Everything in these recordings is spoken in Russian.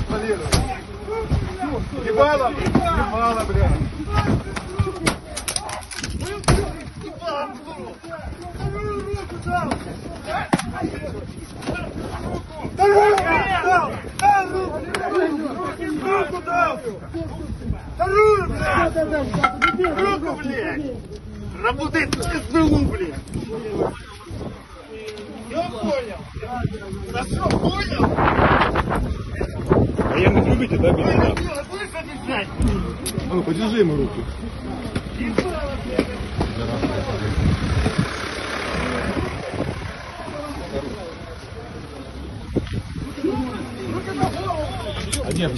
контролирует. Ебало, ебало, блядь. Дай руку дал! Дай руку! Руку дал! Вторую, блядь! Руку, блядь! Работает СБУ, блядь! Я понял! Хорошо, понял! Военных любите, да, бить? Ты дело будешь объяснять? А ну, подержи ему руку.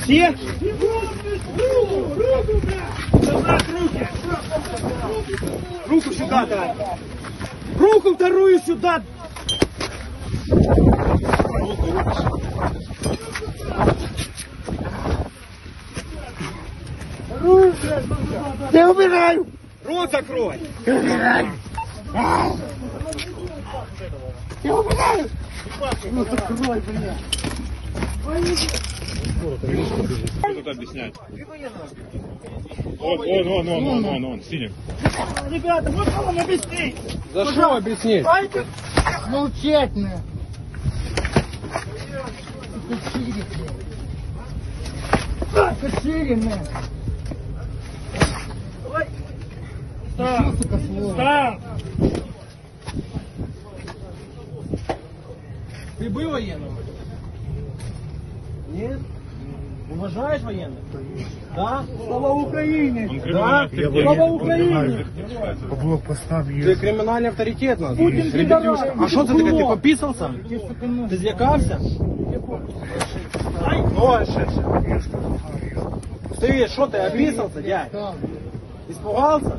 Все? Руку, руку, блядь! Назад руки! Руку сюда дай! Руку вторую сюда! Я умираю! Рот закрой! Что тут объяснять? Вот, он, он, он, он, он, он, синий. Ребята, вот вам объяснить! За что объяснить? Пальцы Молчать на. Кашири, на. там! Сука, слово. Там! Ты был военным? Нет. Уважаешь военных? Да? Слава Украине! Он криминальный авторитет. Слава Украине! Блок поставлю. Ты криминальный авторитет нас. Путин Ребятюшка, пидорас, А что ты Путин таке? Ти кулак. пописався? Ти злякався? Ну, ще, ще. Ти що ти описався, дядь? Испугался?